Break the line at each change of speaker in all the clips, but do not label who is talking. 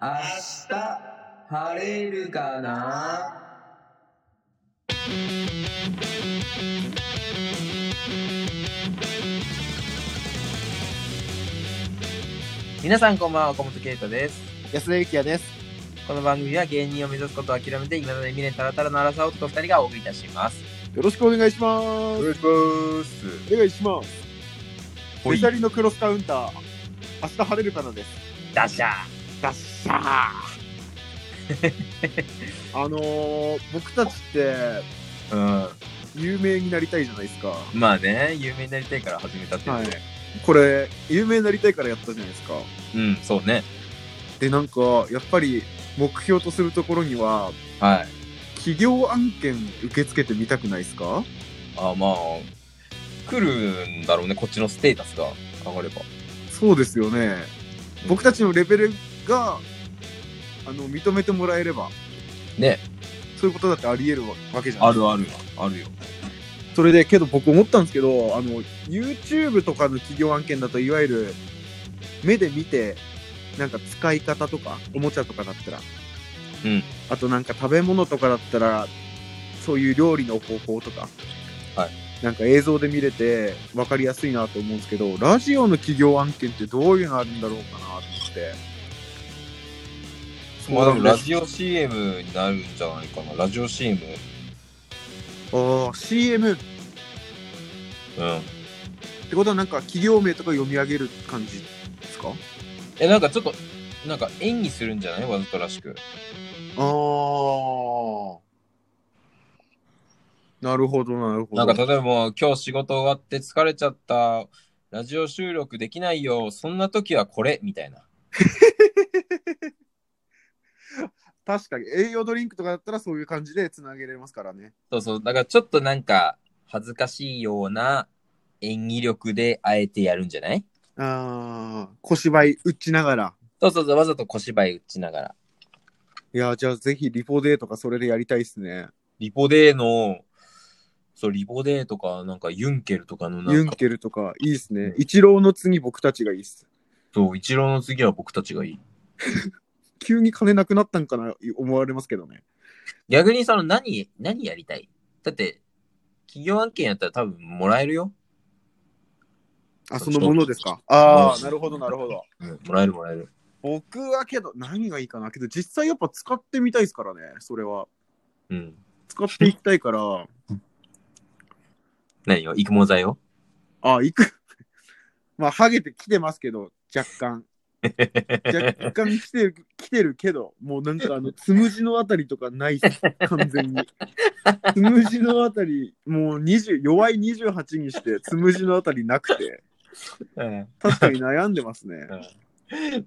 明日、晴れるかな
皆さんこんばんは、岡本圭太です。
安田幸也です。
この番組は芸人を目指すことを諦めて、今まで未練たらたらの荒さ男2人がお送りいたします。
よろしくお願いします。
いします。
お願いします。
ほい
メタリのクロスカウンター。明日晴れるかなです。
ダッシャー
ダッシャー。あのー、僕たちって
う
有名になりたいじゃないですか。
ん。まあね、有名になりたいから始めたっていう、
はい。これ有名になりたいからやったじゃないですか。
うん、そうね。
でなんかやっぱり目標とするところには
はい。
企業案件受け付けてみたくないですか？
あまあ、来るんだろうね、こっちのステータスが上がれば。
そうですよね。僕たちのレベルがあの認めてもらえれば。
ね。
そういうことだってあり得るわけじゃない
あるある、あるよ。
それでけど僕思ったんですけどあの YouTube とかの企業案件だといわゆる目で見てなんか使い方とかおもちゃとかだったら、
うん、
あとなんか食べ物とかだったらそういう料理の方法とか、
はい、
なんか映像で見れて分かりやすいなと思うんですけどラジオの企業案件ってどういうのあるんだろうかなと思って
まあでもラ
あ
ジオ CM になるんじゃないかな。ラジオ CM。
あー CM っ
うん。
てことはなんか企業名とか読み上げる感じですか
え、なんかちょっと、なんか演技するんじゃないわざとらしく。
ああ。なるほど、なるほ
な
ど。
んか例えば、今日仕事終わって疲れちゃった、ラジオ収録できないよ、そんな時はこれ、みたいな。
確かに栄養ドリンクとかだったらそういう感じでつなげれますからね。
そうそう、だからちょっとなんか、恥ずかしいような演技力であえてやるんじゃない
ああ、小芝居打ちながら。
そうそうそう、わざと小芝居打ちながら。
いやー、じゃあぜひリポデーとかそれでやりたいですね。
リポデーの、そう、リポデーとか、なんかユンケルとかのな
ユ
ん
ン
か、
ケルとかいいですね。一郎の次僕たちがいいっす。
そう、一郎の次は僕たちがいい。
急に金なくなったんかな思われますけどね。
逆にその何、何やりたいだって、企業案件やったら多分もらえるよ。
あ、
そ
そうのものですか。あ
う
あ、
ん
なるほど、なるほど。
うん、もらえるもらえる。
僕はけど、何がいいかな。けど実際やっぱ使ってみたいですからね、それは。
うん。
使っていきたいから。
何よ育毛剤を
あ、行く。 まあ、ハゲてきてますけど、若 干。若干来てる、来てるけど、もうなんかあの、つむじのあたりとかないっす、完全に。つむじのあたり、もう20、弱い28にして、つむじのあたりなくて、
うん。
確かに悩んでますね。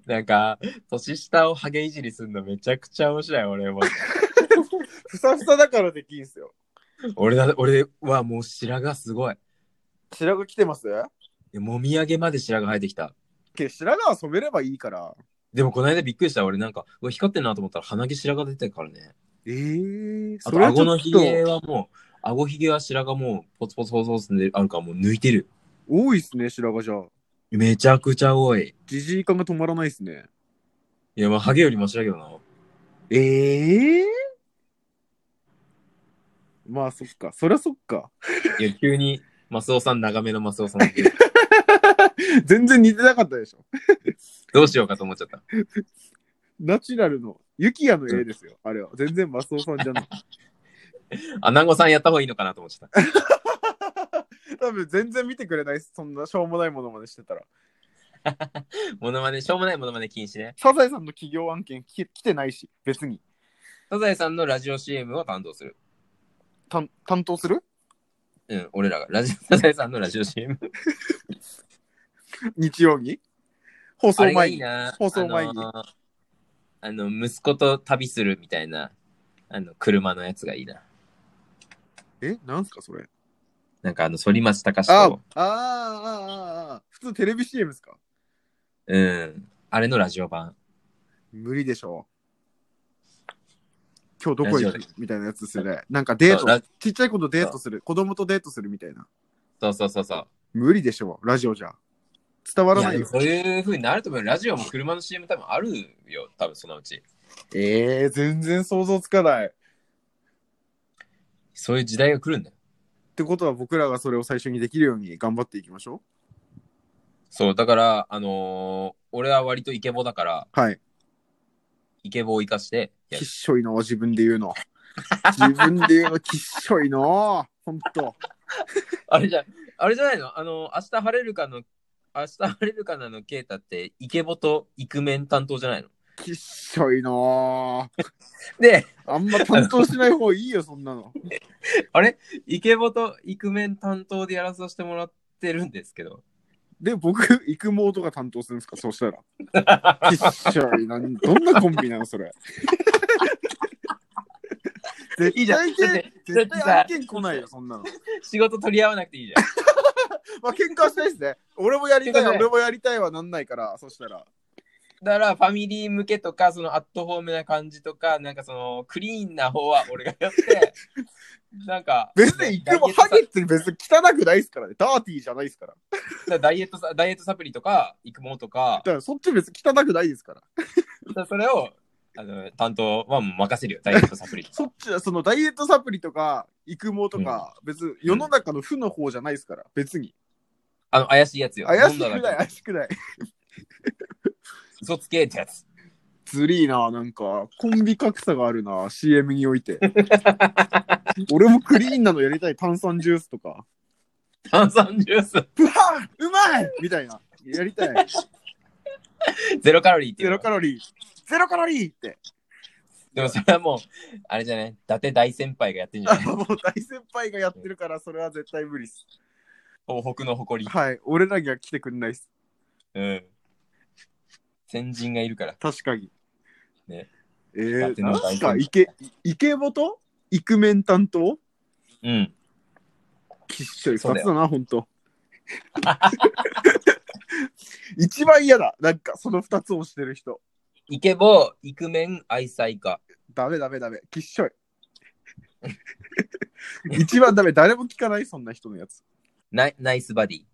なんか、年下をハゲいじりするのめちゃくちゃ面白い、俺も。
ふさふさだからできんすよ。
俺だ、俺はもう白髪すごい。
白髪来てます
でもみあげまで白髪生えてきた。
け白髪は染めればいいから。
でもこの間びっくりした、俺なんか、うわ、光ってんなと思ったら鼻毛白髪出てるからね。
ええー、
あ
そ
と、
れはち
顎
ょ
の
っ
ひげ
と
はもう、顎ひげは白髪もう、ポツポツポツポツであるからもう抜いてる。
多いっすね、白髪じゃ。
めちゃくちゃ多い。
じじい感が止まらないっすね。
いや、まあ、ハゲよりも白いけどな。
ええまあそっか、そりゃそっか。
いや、急に、マスオさん、長めのマスオさんだけど。
全然似てなかったでしょ。
どうしようかと思っちゃった。
ナチュラルの、ユキヤの絵ですよ、あれは。全然マスオさんじゃない。
あ、ナンゴさんやった方がいいのかなと思っちゃった。
多分全然見てくれないっすそんなしょうもないものまでしてたら。
モノマネ、しょうもないモノマネ禁止ね。
サザエさんの企業案件き来てないし、別に。
サザエさんのラジオ CM を担当する。
たん担当する
うん、俺らが。 ラジオ、サザエさんのラジオ CM。
日曜に放
あ
送
れが
前
いい
に。
な。
放送前に
あのーあの、息子と旅するみたいな、あの、車のやつがいいな。
え、なんすかそれ。
なんかあの、反町隆
あ
史
あ
と、、
ああ、ああ。普通テレビ CM ですか
うん、あれのラジオ版。
無理でしょ今日どこ
ラ
行
ジ
く
オで
みたいなやつですよね。なんかデー
そうラ
ト、ちっちゃい子とデートする、子供とデートするみたいな。
そうそうそうそう。
無理でしょ、ラジオじゃ。伝わらないい
や
よ。
そういう風になると思うよラジオも車の CM 多分あるよ、多分そのうち。
ええー、全然想像つかない。っ
そういう時代が来るんだよ。
てことは僕らがそれを最初にできるように頑張っていきましょ
そう、だから、あのー俺は割とイケボだから、
う。はい。
イケボを生かしてや
きっ
る、
しょいの自分で言うの。自分で言うのきっしょいの。ほんと。
あれじゃ、あれじゃないのあのー明日晴れるかの、明日晴れるかなのケータって、イケボとイクメン担当じゃないの
きっしょいの。
で、
あんま担当しない方いいよ、そんなの。
あれイケボとイクメン担当でやらさせてもらってるんですけど。
で、僕、 育毛とか担当するんですかそうしたら。 きっしょいな。どんなコンビなの、 それ。
い
絶
いじゃん
対案
だって
件、
だっ
絶
てさ
対案件来ないよ、そんなの。
仕事取り合わなくていいじゃん。
まあ、喧嘩はしないですね。俺もやりた
喧
い、
嘩しない
俺もやりたいはなんないから、そしたら。
だからファミリー向けとか、そのアットホームな感じとか、なんかそのクリーンな方は俺が やって、なんか、
別に、でも、ハゲって別に汚くないですからね。ダーティーじゃないですから。
ダイエットさ、ダイエットサプリとか、育毛とか
だ、から、そっち別に汚くないですから。
だからそれを、あの、担当はもう任せるよ、ダイエットサプリとか。
そっちは、そのダイエットサプリとか、育毛とか、別に世の中の負の方じゃないですから、別に。
あの、怪しいやつよ。
怪しくな
飲ん
い、
だだけ
怪しくない。
嘘つけってやつ。
ずりーな、なんか、コンビ格差があるな、CM において。 俺もクリーンなのやりたい、炭酸ジュースとか。
炭酸ジュース、
うわうまいみたいな。やりたい。
ゼロカロリーって い
ゼ
うの
ロカロリー。ゼロカロリーって。
でもそれはもう、あれじゃない伊達大先輩がやってんじゃない
あ もう大先輩がやってるから、それは絶対無理っす。
東北の誇り。
はい、俺らには来てくんないっす。
うん。先人がいるから。
確かに。
ね。
え
だっ
ー、
てな
なん
か
んか、イケ、イケボとイクメン担当
うん。
きっしょい
そう
2
だ
つ
よ
だな、ほんと。 一番嫌だ。なんか、その2つをしてる人。
イケボ、イクメン、愛妻家。
ダメダメダメ。きっ しょい。一番ダメ。誰も聞かない、そんな人のやつ。
ナイナイスバディ。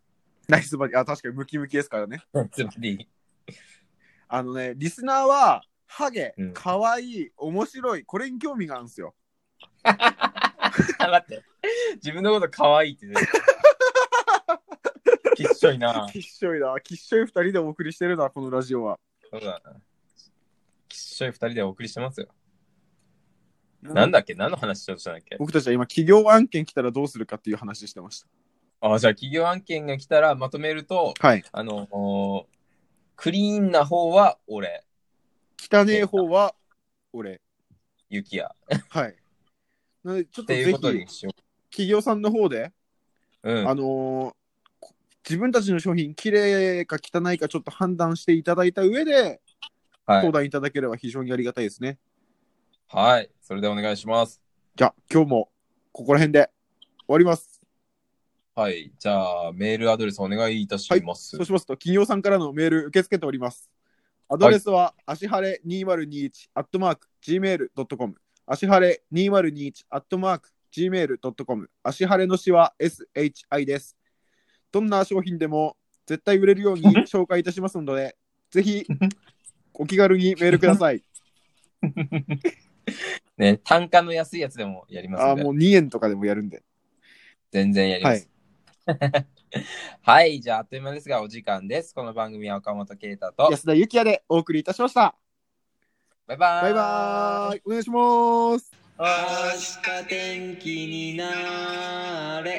ナイスバディ。あ、確かにムキムキですからね。
ナイスバディ。
あのね、リスナーは、ハゲ
うん、
かわいい、面白い、これに興味があるんですよ。
あ、 待って。自分のこと可愛いって、ね。きっしょいな。
きっしょいな、きっしょい二人でお送りしてるな、このラジオは。
そうだな。きっしょい二人でお送りしてますよ。な
なん
だっけ何の話しようとしたんだっけ
僕たちは今、企業案件来たらどうするかっていう話してまし
あ、じゃあ企業案件が来たらまとめると、
た。はい。
あのおクリーンな方は俺、
汚え方は、俺。
ゆきや。
はい。なので、ちょっと
っていう
ぜひ、
ことに
企
しよ
業さんの方で、
う。うん。
あのーこ自分たちの商品、綺麗か汚いかちょっと判断していただいた上で、
はい
相。談いただければ非常にありがたいですね。
はい。それでお願いします。
じゃあ、今日も、ここら辺で終わります。
はい。じゃあ、メールアドレスお願いいたします。
そうしますと、企業さんからのメール受け付けております。アドレスは、足晴れ2021アットマーク gmail.com。足晴れ2021アットマーク gmail.com。足晴れの詩は SHI です。どんな商品でも絶対売れるように紹介いたしますので、ぜひお気軽にメールください。
ね、単価の安いやつでもやります
あ
の
ー
で、
もう2円とかでもやるんで。
全然やります。 はい、じゃあ、あっという間ですが、お時間です。この番組は岡本啓太と、
安田ゆきやでお送りいたしました。
バイバーイ。
バイバーイ。お願いします。
明日天気になれ